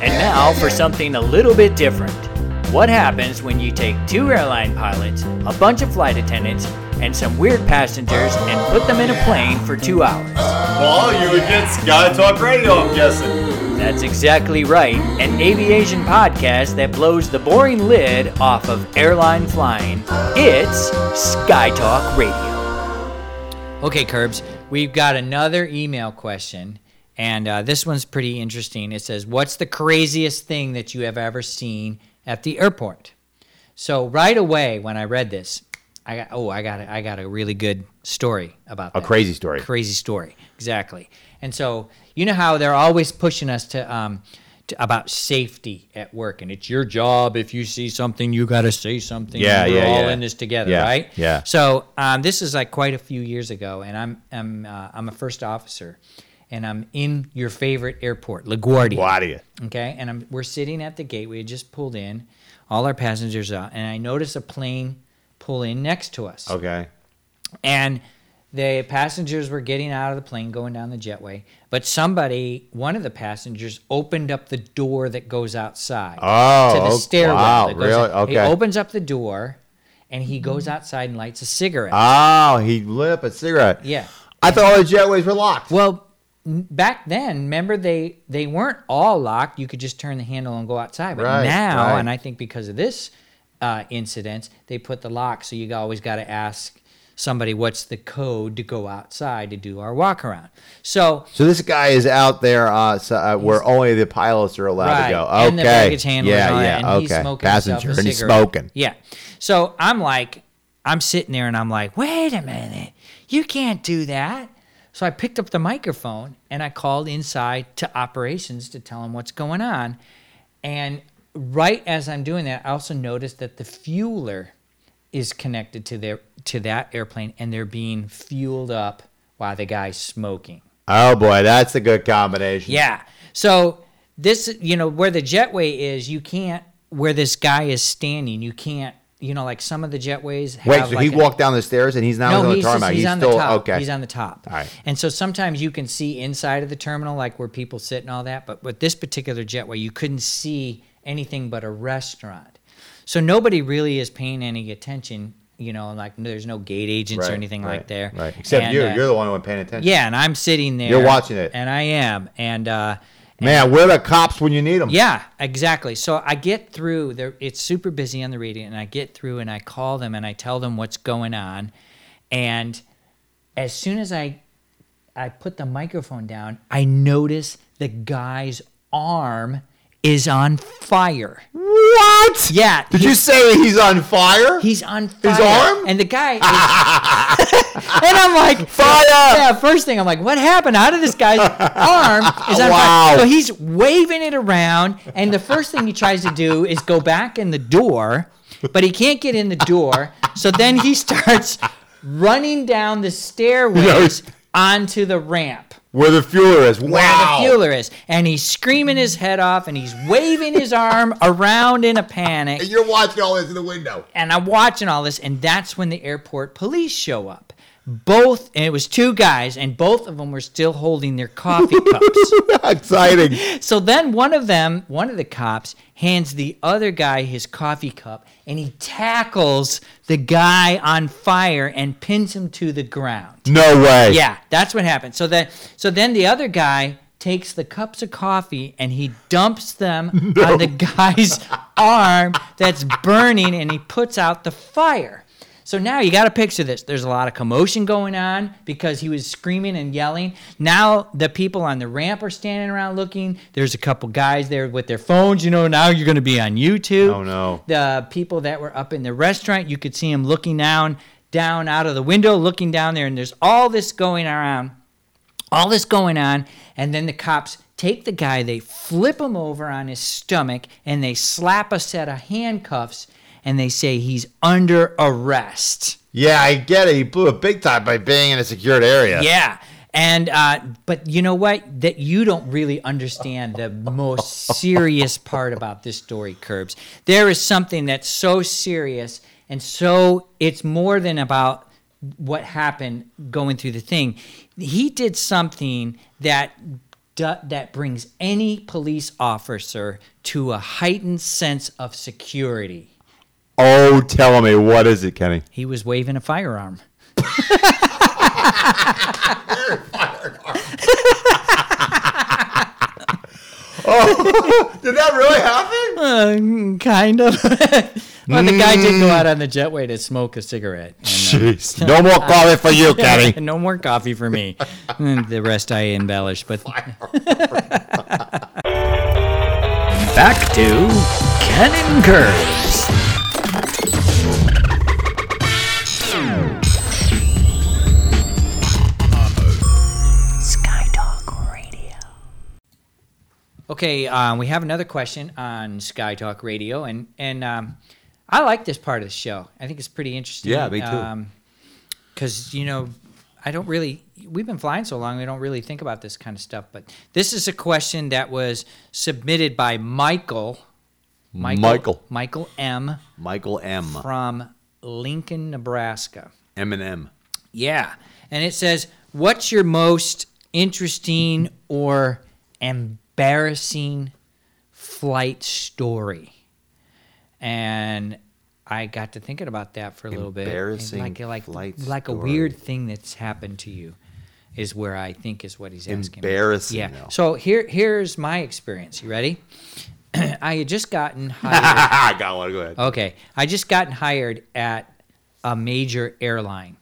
now for something a little bit different. What happens when you take two airline pilots, a bunch of flight attendants, and some weird passengers and put them in a plane for two hours? Well, you against Guy Talk Radio, I'm guessing. That's exactly right, an aviation podcast that blows the boring lid off of airline flying. It's Sky Talk Radio. Okay, Curbs, we've got another email question, and uh, this one's pretty interesting. It says, What's the craziest thing that you have ever seen at the airport? So, right away, when I read this, I got, oh, I got, a, I got a really good story about A that. crazy story. Crazy story, exactly. And so you know how they're always pushing us to, um, to about safety at work, and it's your job. If you see something, you got to say something. Yeah, We're yeah, all yeah. in this together, Yeah, right? yeah. So um, this is like quite a few years ago, and I'm I'm uh, I'm a first officer, and I'm in your favorite airport, LaGuardia. Guardia. Okay, and I'm, we're sitting at the gate. We had just pulled in, all our passengers out, and I notice a plane pull in next to us Okay. and the passengers were getting out of the plane going down the jetway but somebody one of the passengers opened up the door that goes outside Oh, to the oh, stairwell wow, that goes really? out. he Okay. opens up the door and he goes outside and lights a cigarette Oh, he lit up a cigarette. yeah I thought all the jetways were locked. well n- back then remember they they weren't all locked you could just turn the handle and go outside but Right, now right. and i think because of this uh, incident they put the lock so you always got to ask somebody what's the code to go outside to do our walk around so So this guy is out there uh, so, uh, where only the pilots are allowed right. to go. Okay. And the baggage handler. yeah, yeah, And okay. he's smoking Passenger himself a and he's cigarette. smoking. Yeah. So I'm like, I'm sitting there and I'm like, wait a minute, you can't do that. So I picked up the microphone and I called inside to operations to tell them what's going on. And right as I'm doing that, I also noticed that the fueler is connected to their to that airplane and they're being fueled up while the guy's smoking. Oh boy, that's a good combination. Yeah. So this, you know, where the jetway is, you can't. Where this guy is standing, you can't. You know, like some of the jetways. Have Wait, so like he an- walked down the stairs and he's not No, on the he's, just- tarmac. he's, on still the top. okay. He's on the top. All right. And so sometimes you can see inside of the terminal, like where people sit and all that. But with this particular jetway, you couldn't see anything but a restaurant. So nobody really is paying any attention. You know, like there's no gate agents or Right, anything right, like there. Right. Except And, you, uh, you're the one who paying attention. yeah, and I'm sitting there. You're watching it. and I am, and uh, Man, where are the cops when you need them? yeah, exactly. So I get through there. It's super busy on the radio, and I get through and I call them and I tell them what's going on. And as soon as I I put the microphone down, I notice the guy's arm is on fire. What? Yeah, Did he- you say he's on fire? He's on fire. arm? And the guy. Is, and I'm like, Fire! Yeah, first thing, I'm like, what happened? How did this guy's arm is on Wow. fire? So he's waving it around, and the first thing he tries to do is go back in the door, but he can't get in the door. So then he starts running down the stairways onto the ramp where the fueler is. Wow. where the fueler is. And he's screaming his head off and he's waving his arm around in a panic. And you're watching all this in the window. and I'm watching all this, and that's when the airport police show up. Both, and it was two guys, and both of them were still holding their coffee cups. Exciting. so then one of them, one of the cops, hands the other guy his coffee cup, and he tackles the guy on fire and pins him to the ground. No way. Yeah, that's what happened. So then, so then the other guy takes the cups of coffee and he dumps them on the guy's arm that's burning, and he puts out the fire. So now you got to picture this. There's a lot of commotion going on because he was screaming and yelling. Now the people on the ramp are standing around looking. There's a couple guys there with their phones. You know, now you're going to be on YouTube Oh, no. the people that were up in the restaurant. You could see them looking down, down out of the window, looking down there, and there's all this going around, all this going on, and then the cops take the guy, they flip him over on his stomach, and they slap a set of handcuffs, and they say he's under arrest. Yeah, I get it. He blew a big time by being in a secured area. Yeah. And uh, but you know what? That you don't really understand the most serious part about this story, Curbs. There is something that's so serious and so it's more than about what happened going through the thing. He did something that du- that brings any police officer to a heightened sense of security. Oh, tell me, what is it, Kenny? He was waving a firearm. Did that really happen? Uh, mm, kind of. well, the guy did go out on the jetway to smoke a cigarette. And, Jeez, no more coffee for you, uh, Kenny. no more coffee for me. Mm, the rest I embellish, but back to Ken and Curves. Okay, um, we have another question on Sky Talk Radio, and and um, I like this part of the show. I think it's pretty interesting. Um, Yeah, me too. Because you know, I don't really. We've been flying so long, we don't really think about this kind of stuff. But this is a question that was submitted by Michael. Michael. Michael M. Michael M. from Lincoln, Nebraska. Eminem. Yeah. And it says, What's your most interesting or embarrassing flight story? And I got to thinking about that for a little bit. Embarrassing like like flight like a story. weird thing that's happened to you is where I think is what he's asking. me. Embarrassing, Yeah. though. So here here's my experience. You ready? I had just gotten hired I got one. Go ahead. Okay. I just gotten hired at a major airline,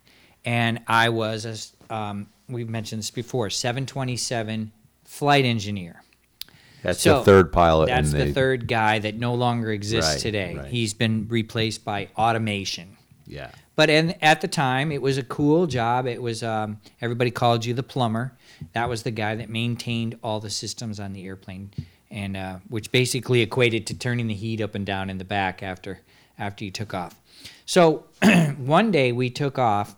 and I was, as um, we've mentioned this before, 727 flight engineer. That's so the third pilot. That's in the third guy that no longer exists Right, today. right. He's been replaced by automation. Yeah. But in, at the time, it was a cool job. It was um, everybody called you the plumber. That was the guy that maintained all the systems on the airplane, and uh, which basically equated to turning the heat up and down in the back after after you took off. So one day we took off,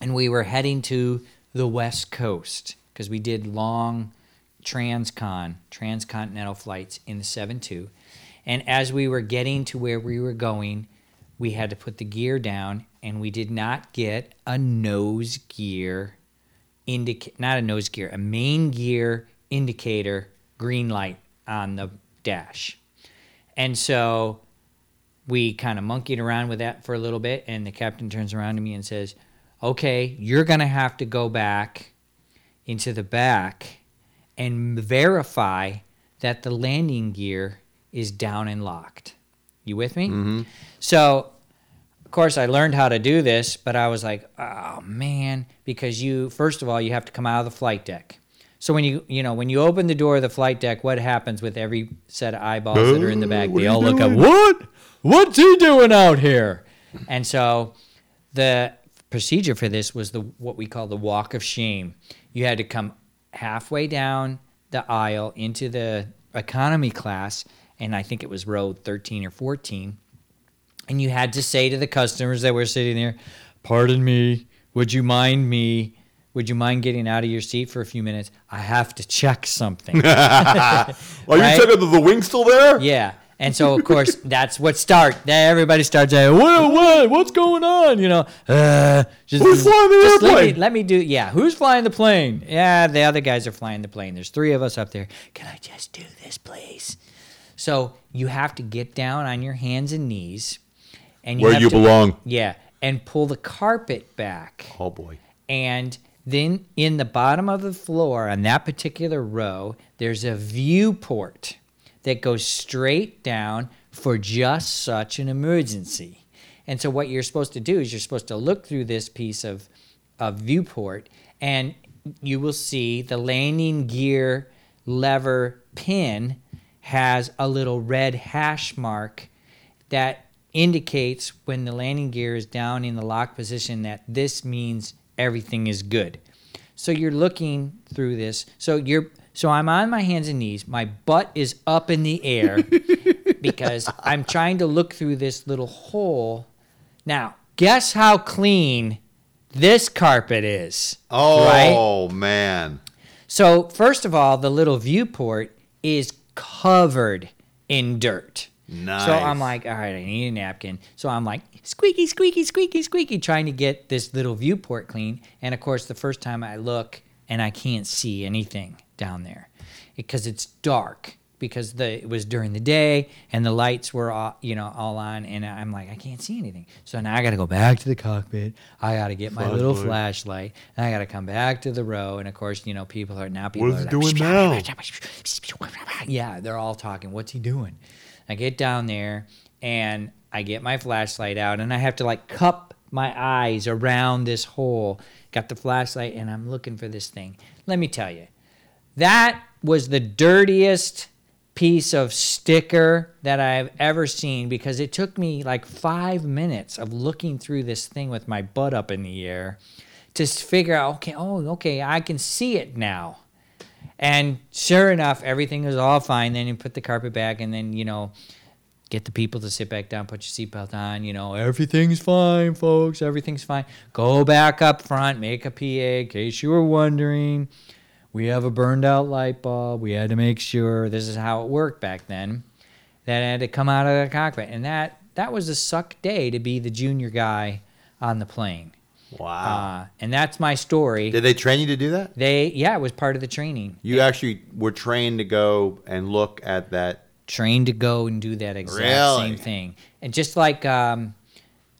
and we were heading to the West Coast because we did long transcon transcontinental flights in the 7-2 and as we were getting to where we were going we had to put the gear down and we did not get a nose gear indicate not a nose gear a main gear indicator green light on the dash and so we kind of monkeyed around with that for a little bit and the captain turns around to me and says okay you're going to have to go back into the back and verify that the landing gear is down and locked you with me so of course i learned how to do this but i was like oh man because you first of all you have to come out of the flight deck so when you you know when you open the door of the flight deck what happens with every set of eyeballs that are in the back they all look up Oh, what what's he doing out here and so the procedure for this was the what we call the walk of shame you had to come halfway down the aisle into the economy class and i think it was row 13 or 14 and you had to say to the customers that were sitting there, "Pardon me, would you mind me? Would you mind getting out of your seat for a few minutes? I have to check something." Are Right? Oh, you checking that the wing's still there? yeah, and so of course that's what start. then Everybody starts saying, "What? What? What's going on?" You know, uh, just, Who's flying the just let me- airplane? Let me do. Yeah, who's flying the plane? Yeah, the other guys are flying the plane. There's three of us up there. Can I just do this, please? So you have to get down on your hands and knees, and you Where have you to- belong. Yeah, and pull the carpet back. Oh boy. And then in the bottom of the floor on that particular row, there's a viewport that goes straight down for just such an emergency. And so what you're supposed to do is you're supposed to look through this piece of, of viewport and you will see the landing gear lever pin has a little red hash mark that indicates when the landing gear is down in the lock position that this means everything is good. So you're looking through this. So you're so I'm on my hands and knees. My butt is up in the air because I'm trying to look through this little hole. Now, guess how clean this carpet is. Oh man. So, first of all, the little viewport is covered in dirt. So I'm Nice. like, all right, I need a napkin. So I'm like, squeaky, squeaky, squeaky, squeaky, trying to get this little viewport clean. And of course, the first time I look and I can't see anything. down there because it's dark because the it was during the day and the lights were all, you know all on and I'm like I can't see anything. So now I got to go back to the cockpit. I got to get my little flashlight and I got to come back to the row and of course you know people are now people What is are he like, doing now? yeah, they're all talking. What's he doing? I get down there and I get my flashlight out and I have to like cup my eyes around this hole. Got the flashlight and I'm looking for this thing. Let me tell you, that was the dirtiest piece of sticker that I've ever seen because it took me like five minutes of looking through this thing with my butt up in the air to s- figure out, okay, oh, okay, I can see it now. And sure enough, everything was all fine. Then you put the carpet back, and then you know, get the people to sit back down, put your seatbelt on. You know, everything's fine, folks. Everything's fine. Go back up front, make a PA in case you were wondering. We have a burned out light bulb. We had to make sure this is how it worked back then. That had to come out of the cockpit, and that that was a suck day to be the junior guy on the plane. Wow. Uh, and that's my story. Did they train you to do that? they yeah, it was part of the training. You actually were trained to go and look at that. trained to go and do that exact Really? same thing. And just like um,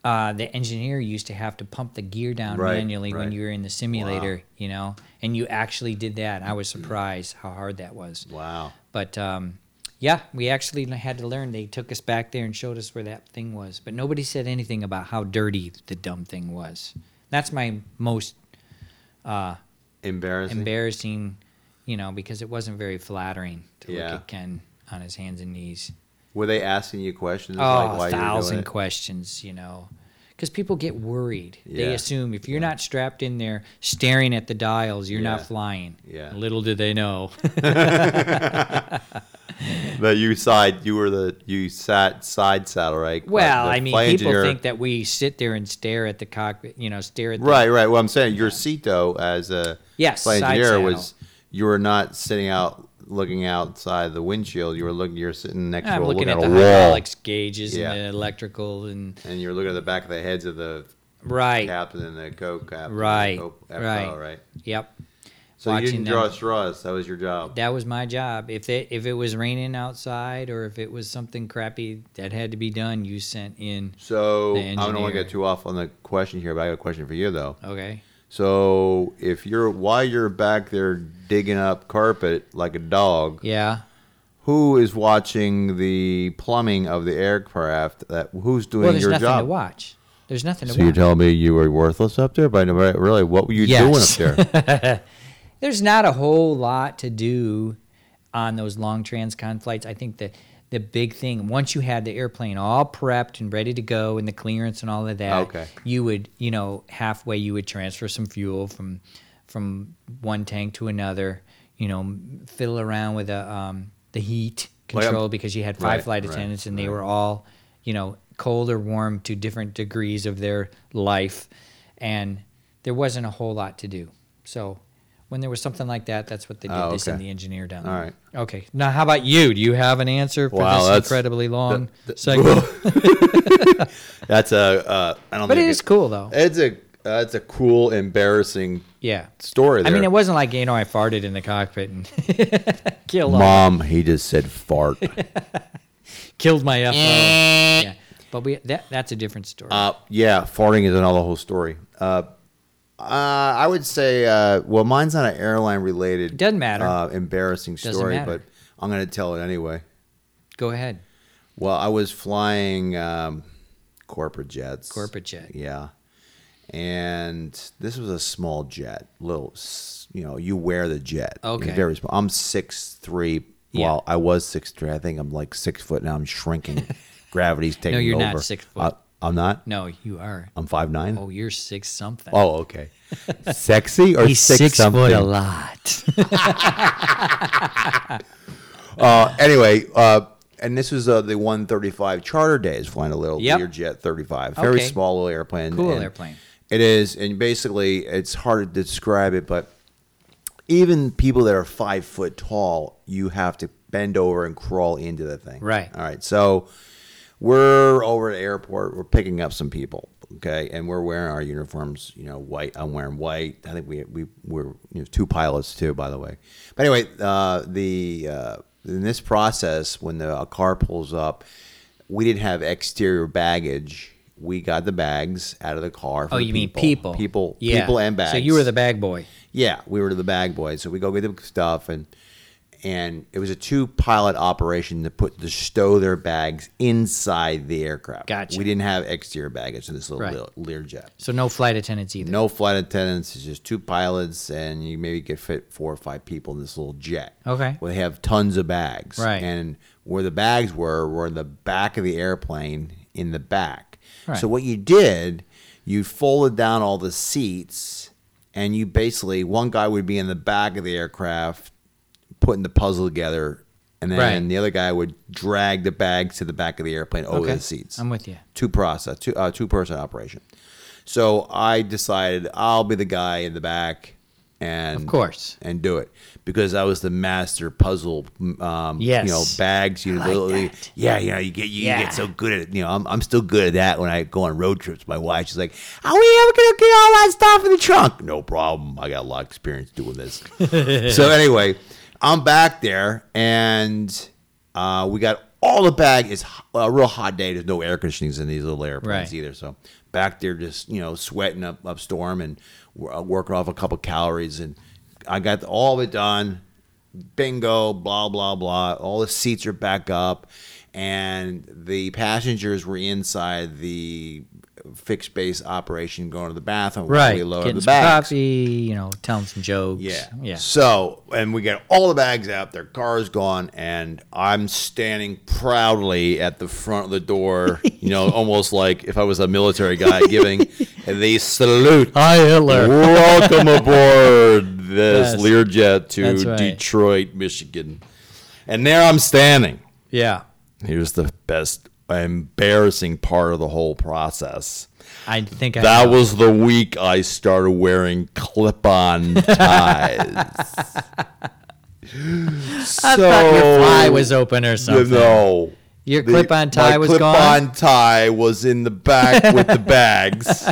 uh, the engineer used to have to pump the gear down Right, manually when right. you were in the simulator, you know, and you actually did that. I was surprised how hard that was. Wow. But um, yeah, we actually had to learn. They took us back there and showed us where that thing was. But nobody said anything about how dirty the dumb thing was. That's my most uh, Embarrassing. embarrassing, you know, because it wasn't very flattering to Yeah. look at Ken on his hands and knees. were they asking you questions Oh, like why a you were doing thousand it? questions, you know, because people get worried. Yeah. They assume if you're not strapped in there staring at the dials, you're Yeah. not flying. Yeah. Little do they know. That you side you were the you sat side saddle right? well, The I mean, flight people engineer- think that we sit there and stare at the cockpit, you know, stare at the, right, right. Well, I'm saying your seat though as a Yes, flight side engineer saddle. was you were not sitting out looking outside the windshield. You were looking. You're sitting next I'm to a, looking looking at at, the a wall, hydraulics gauges Yeah. and the electrical and and you're looking at the back of the heads of the right, captain and the co-captain, Right, co- right. FO, right. yep. So you Watching didn't draw them. straws. That was your job. That was my job. If it if it was raining outside or if it was something crappy that had to be done, you sent in. So The I don't want to engineer. get too off on the question here, but I got a question for you though. Okay. So if you're while you're back there digging up carpet like a dog, Yeah. who is watching the plumbing of the aircraft? That who's doing Well, there's your nothing job? to watch. There's nothing to So you're watch. telling me you were worthless up there, but really, what were you Yes. doing up there? There's not a whole lot to do on those long transcon flights. I think the the big thing once you had the airplane all prepped and ready to go and the clearance and all of that, Okay. you would you know halfway you would transfer some fuel from from one tank to another. You know, fiddle around with the um, the heat Like, control because you had five right, flight right, attendants and they were all you know cold or warm to different degrees of their life and there wasn't a whole lot to do so when there was something like that that's what they did Oh, they sent okay. the engineer down All there. right. okay now how about you do you have an answer for Wow, this that's- incredibly long th- segment That's a uh, I don't. but it think is cool though It's a uh, it's a cool, embarrassing yeah story. i There. mean it wasn't like you know i farted in the cockpit and killed all- Mom, he just said fart. killed my fo yeah but we that, that's a different story Eh. Uh, yeah, farting is another whole story. Uh, uh, I would say, uh, well, mine's not an airline related. Doesn't matter. Uh, embarrassing Doesn't story, matter. but I'm going to tell it anyway. go ahead Well, I was flying um, corporate jets. corporate jet Yeah. And this was a small jet, little, s- you know, you wear the jet. Okay. Very small. I'm six three. Yeah. Well, I was six three. I think I'm like six foot now. I'm shrinking. Gravity's taking over. you're not six foot. I, I'm not. no you are I'm five nine. oh you're six something Oh, okay. Sexy or He's six, six, something? foot a lot. Uh, anyway, uh, and this was uh, the 135 charter days flying a little Yep. Learjet 35, very Okay. small little airplane. Cool and airplane. It is, and basically, it's hard to describe it, but even people that are five foot tall, you have to bend over and crawl into the thing. Right. All right. So we're over at the airport. We're picking up some people. Okay, and we're wearing our uniforms. You know, white. I'm wearing white. I think we we were you know, two pilots too, by the way. But anyway, uh, the uh, in this process, when the a car pulls up, we didn't have exterior baggage. We got the bags out of the car. for Oh, the you mean people? People, yeah. people, and bags. So you were the bag boy. Yeah, we were the bag boys, so we go get the stuff, and and it was a two pilot operation to put to stow their bags inside the aircraft. Gotcha. We didn't have exterior baggage in this little Right. Lear- Learjet. So no flight attendants either. No flight attendants. It's just two pilots, and you maybe could fit four or five people in this little jet. Okay. Well, they have tons of bags. Right. And where the bags were, were in the back of the airplane in the back. Right. So what you did, you folded down all the seats, and you basically one guy would be in the back of the aircraft putting the puzzle together, and then Right. the other guy would drag the bags to the back of the airplane over Okay. the seats I'm with you. two process, two uh, two person operation. So I decided I'll be the guy in the back, and Of course. and do it because I was the master puzzle. Um, Yes. you know bags. You I like know, the- that. yeah, you know you get you, you Yeah. get so good at it. you know I'm, I'm still good at that when I go on road trips. My wife she's like, "Are we ever gonna get all that stuff in the trunk?" No problem. I got a lot of experience doing this. so anyway, I'm back there and uh, we got all the bag. It's h- a real hot day. There's no air conditionings in these little airplanes Right. either. So back there, just you know, sweating up, up storm and w- uh, working off a couple calories. And I got all of it done. Bingo, blah blah blah. All the seats are back up, and the passengers were inside the fixed base operation, going to the bathroom. while Right. we loaded Getting the some bags. coffee, you know, telling some jokes. Yeah. Yeah. So, and we get all the bags out, their car is gone, and I'm standing proudly at the front of the door, you know, almost like if I was a military guy giving the salute. Hi, Hitler. Welcome aboard this Yes. Learjet That's to right. Detroit, Michigan. And there I'm standing. Yeah. Here's the best embarrassing part of the whole process. I think I That know. was the week I started wearing clip-on ties. so I thought your fly was open or something. No, Your The- clip-on tie my was clip-on tie was in the back with the bags,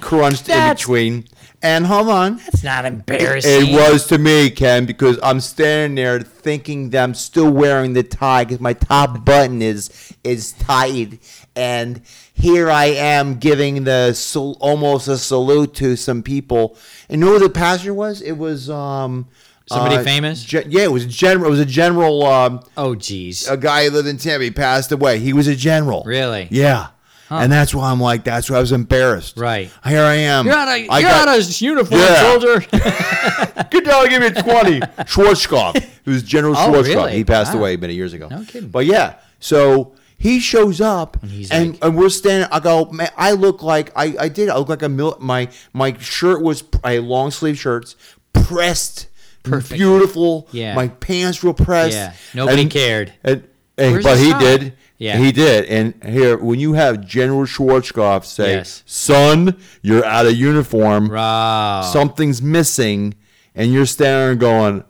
crunched in That's- between. And hold on, It's not embarrassing. it was to me, Ken, because I'm standing there thinking that I'm still wearing the tie because my top button is is tied, and here I am giving the sal- almost a salute to some people. And you know who the passenger was? It was um Somebody famous? gen- yeah, it was general. It was a general. Um, Oh, jeez. a guy who lived in Tampa. He passed away. He was a general. Really? Yeah. And that's why I'm like, that's why I was embarrassed. Right. Here I am. You're out of, I you're got- out of uniform, Yeah. soldier. Good dog, give me a 20. Schwarzkopf. It was General Oh, Schwarzkopf. really? He passed Wow. away many years ago. No kidding. But yeah, so he shows up and, he's and, like- we're standing. I go, man, I look like, I, I did. I look like a mil- my my shirt was, I had long sleeve shirts, pressed, Perfect. beautiful. Yeah. My pants were pressed. Yeah. Nobody cared. And, and- Where's but the he sign? did. Yeah. He did. And here, when you have General Schwarzkopf say, Yes. son, you're out of uniform Wow. Uh, something's missing, and you're staring going,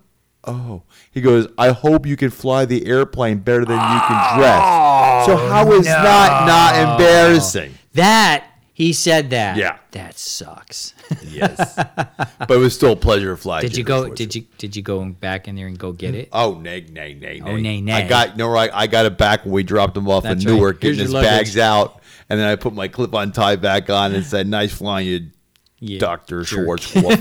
oh. He goes, I hope you can fly the airplane better than you can dress. So how is that not embarrassing? That, he said that. Yeah. That sucks. Yes. but it was still a pleasure to fly. Did you go? Did you did you go back in there and go get it? Oh, nay, nay, nay, nay. Oh, nay, nay. I got, no, right. I got it back when we dropped him off That's in Newark, right. Here's getting his your bags luggage. out. And then I put my clip on tie back on and said, nice flying you, Yeah, Dr. jerk. Schwarzkopf.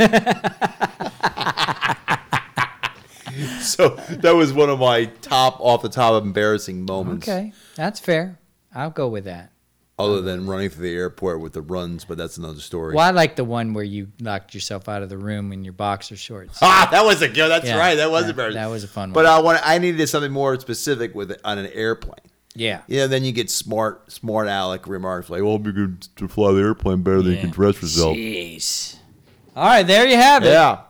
so that was one of my top off the top embarrassing moments. Okay, that's fair. I'll go with that. Other than running through the airport with the runs, but that's another story. Well, I like the one where you locked yourself out of the room in your boxer shorts. Ah, that was a good. That's Yeah, right. That was yeah, embarrassing. that was a fun But one. I want. I needed something more specific with it on an airplane. Yeah. Yeah, then you get smart, smart Alec remarks like, "Well, you can to fly the airplane better than you can Yeah. dress yourself." Jeez. All right, there you have it. Yeah.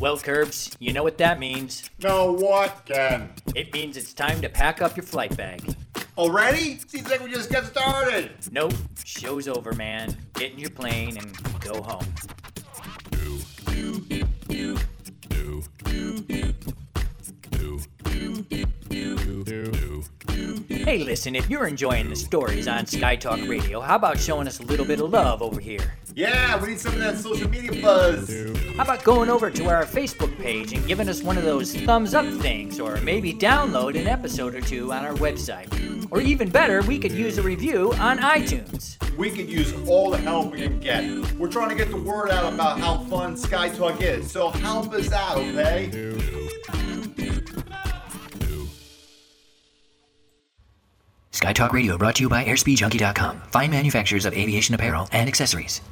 Well, Curbs, you know what that means. No, what, Ken? It means it's time to pack up your flight bag. Already? Seems like we just got started. Nope, show's over, man. Get in your plane and go home. Hey, listen, if you're enjoying the stories on Sky Talk Radio, how about showing us a little bit of love over here? Yeah, we need some of that social media buzz. How about going over to our Facebook page and giving us one of those thumbs up things, or maybe download an episode or two on our website? Or even better, we could use a review on iTunes. We could use all the help we can get. We're trying to get the word out about how fun Sky Talk is, so help us out, okay? Sky Talk Radio brought to you by AirspeedJunkie.com, fine manufacturers of aviation apparel and accessories.